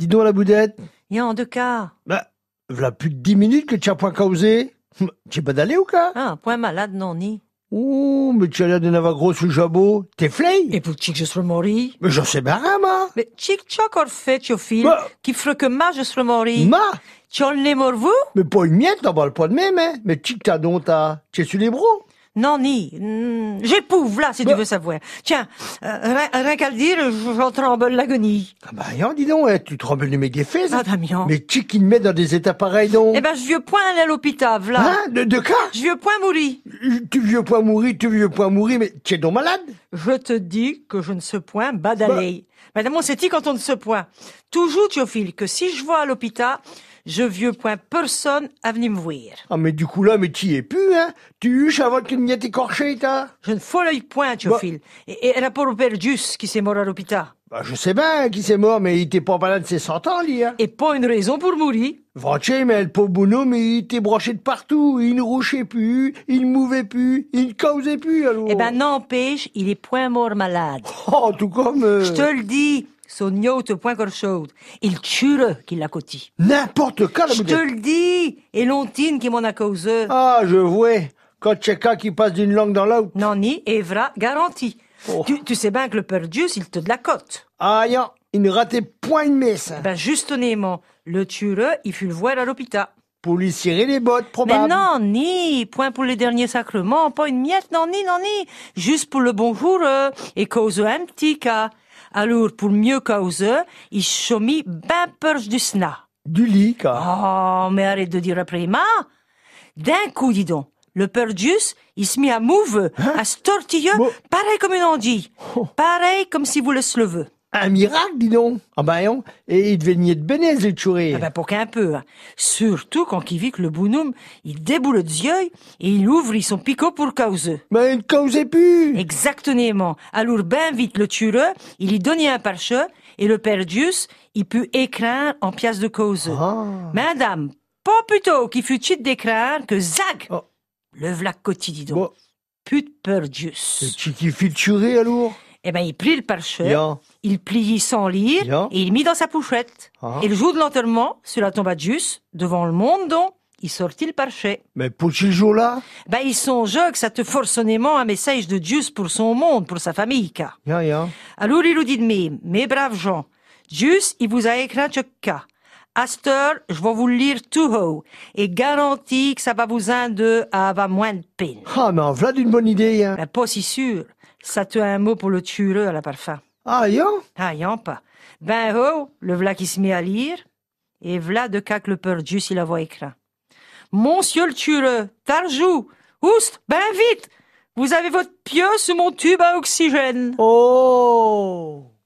Dis donc la boudette, Il y a en deux cas. bah, v'là plus de dix minutes que t'as point causé. Hum, T'es pas d'aller ou quoi Ah, point malade, non, ni. Ouh, mais tu as l'air d'en avoir gros sous le jabot. T'es flay Et pour qui que je suis mort Mais j'en sais pas rien, moi. Mais chic choc or fait, tu fil, Bah. qui ferait que ma je suis mort. Ma, Tu en l'es mort, vous mais pas une miette, t'en parles pas de même, hein. Mais tic t'as donc t'as, t'es sur les bros. Non, ni. Hmm, J'épouve, là, si Bah. tu veux savoir. Tiens, euh, rien, rien qu'à le dire, j'en tremble l'agonie. Ah bah, rien, dis donc, hein, tu trembles de mes défaits. Ah, Damien. Mais tic qui me met dans des états pareils, donc. Eh ben, je vieux point aller à l'hôpital, là. Hein, de, de quoi Je vieux point mourir. Tu vieux point mourir, tu vieux point mourir, mais t'es donc malade Je te dis que je ne sais point badaler. Bah. Madame, on s'est dit quand on ne se point. Toujours, Théophile, que si je vois à l'hôpital, je vieux point personne à venir me voir. Ah, mais du coup, là, mais t'y es plus, hein. Tu huches avant qu'une miette écorchée, t'as. Je ne folle point, Théophile. Et, et rapport au père Jus qui s'est mort à l'hôpital. Bah, je sais bien qui c'est mort, mais il était pas malade ses 100 ans, lui, hein. Et pas une raison pour mourir. Ventier, mais le pauvre bonhomme, il était branché de partout. Il ne rouchait plus, il ne mouvait plus, il ne causait plus, alors. Eh ben, n'empêche, il est point mort malade. Oh, tout comme... euh, Je te le dis, son yacht point corps chaude. Il tue qui l'a cotis. N'importe quoi, la Je te bouteille. le dis, et Lontine qui m'en a causé. Ah, je vois. Quand quelqu'un qui passe d'une langue dans l'autre. Nani, Evra, garantie. Oh. Tu, tu sais bien que le père Dieu, il te de la cote. Ah, yan, il ne ratait point une messe. hein. Ben, justement, le tueur, il fut le voir à l'hôpital. Pour lui cirer les bottes, Mais probable. non, ni, point pour les derniers sacrements, pas une miette, non, ni, non, ni. Juste pour le bonjour, euh, et cause un petit cas. Alors, pour mieux causer, il chomit ben purge du sna. Du lit, quoi. Oh, mais arrête de dire après ma. D'un coup, dis donc, le Perdius, il se mit à mouve, à se tortiller, Hein? Bon. Oh. pareil comme une andille. Pareil comme si vous le slevez. Un miracle, dis donc. Ah, bah, yan. Et il devait nier de bénèze, le touré. Ah ben, pour qu'un peu. hein. Surtout quand il vit que le bonhomme, il déboule des yeux et il ouvre son picot pour causer. Mais il ne causait plus. Exactement. Alors, ben vite, le tueur, il y donnait un parcheux et le père Dius, il put écrire en pièces de cause. Ah. Madame, pas plutôt qu'il fut chute d'écrire que zag Oh. Le vlac quotidien. Bon, Pute peur Dius. tu qui fit le touré, alors Eh ben, il prit le parcheux, Yan. il plie sans lire Bien. et il mit dans sa pochette. Ah. Et le jour de l'enterrement, sur la tombe à Dius, devant le monde, donc, il sortit le parcheux. Mais pour ce jour-là Ben, il songea que ça te forçonnément un message de Dius pour son monde, pour sa famille, car. Yan, yan. Alors il nous dit de même, mes braves gens, juste, il vous a écrit ce cas. À cette heure, je vais vous le lire tout haut et garantis que ça va vous un de à avoir moins de peine. Ah, mais en voilà d'une bonne idée, hein. Mais pas si sûr. Ça te un mot pour le tueur à la parfum. Ah, yan Ah, y'en pas. Ben oh, le v'là qui se met à lire, et v'là de cac le peur Dieu s'il la voit écrit. Monsieur le tueur, tarjou, oust, ben vite! Vous avez votre pieu sous mon tube à oxygène. Oh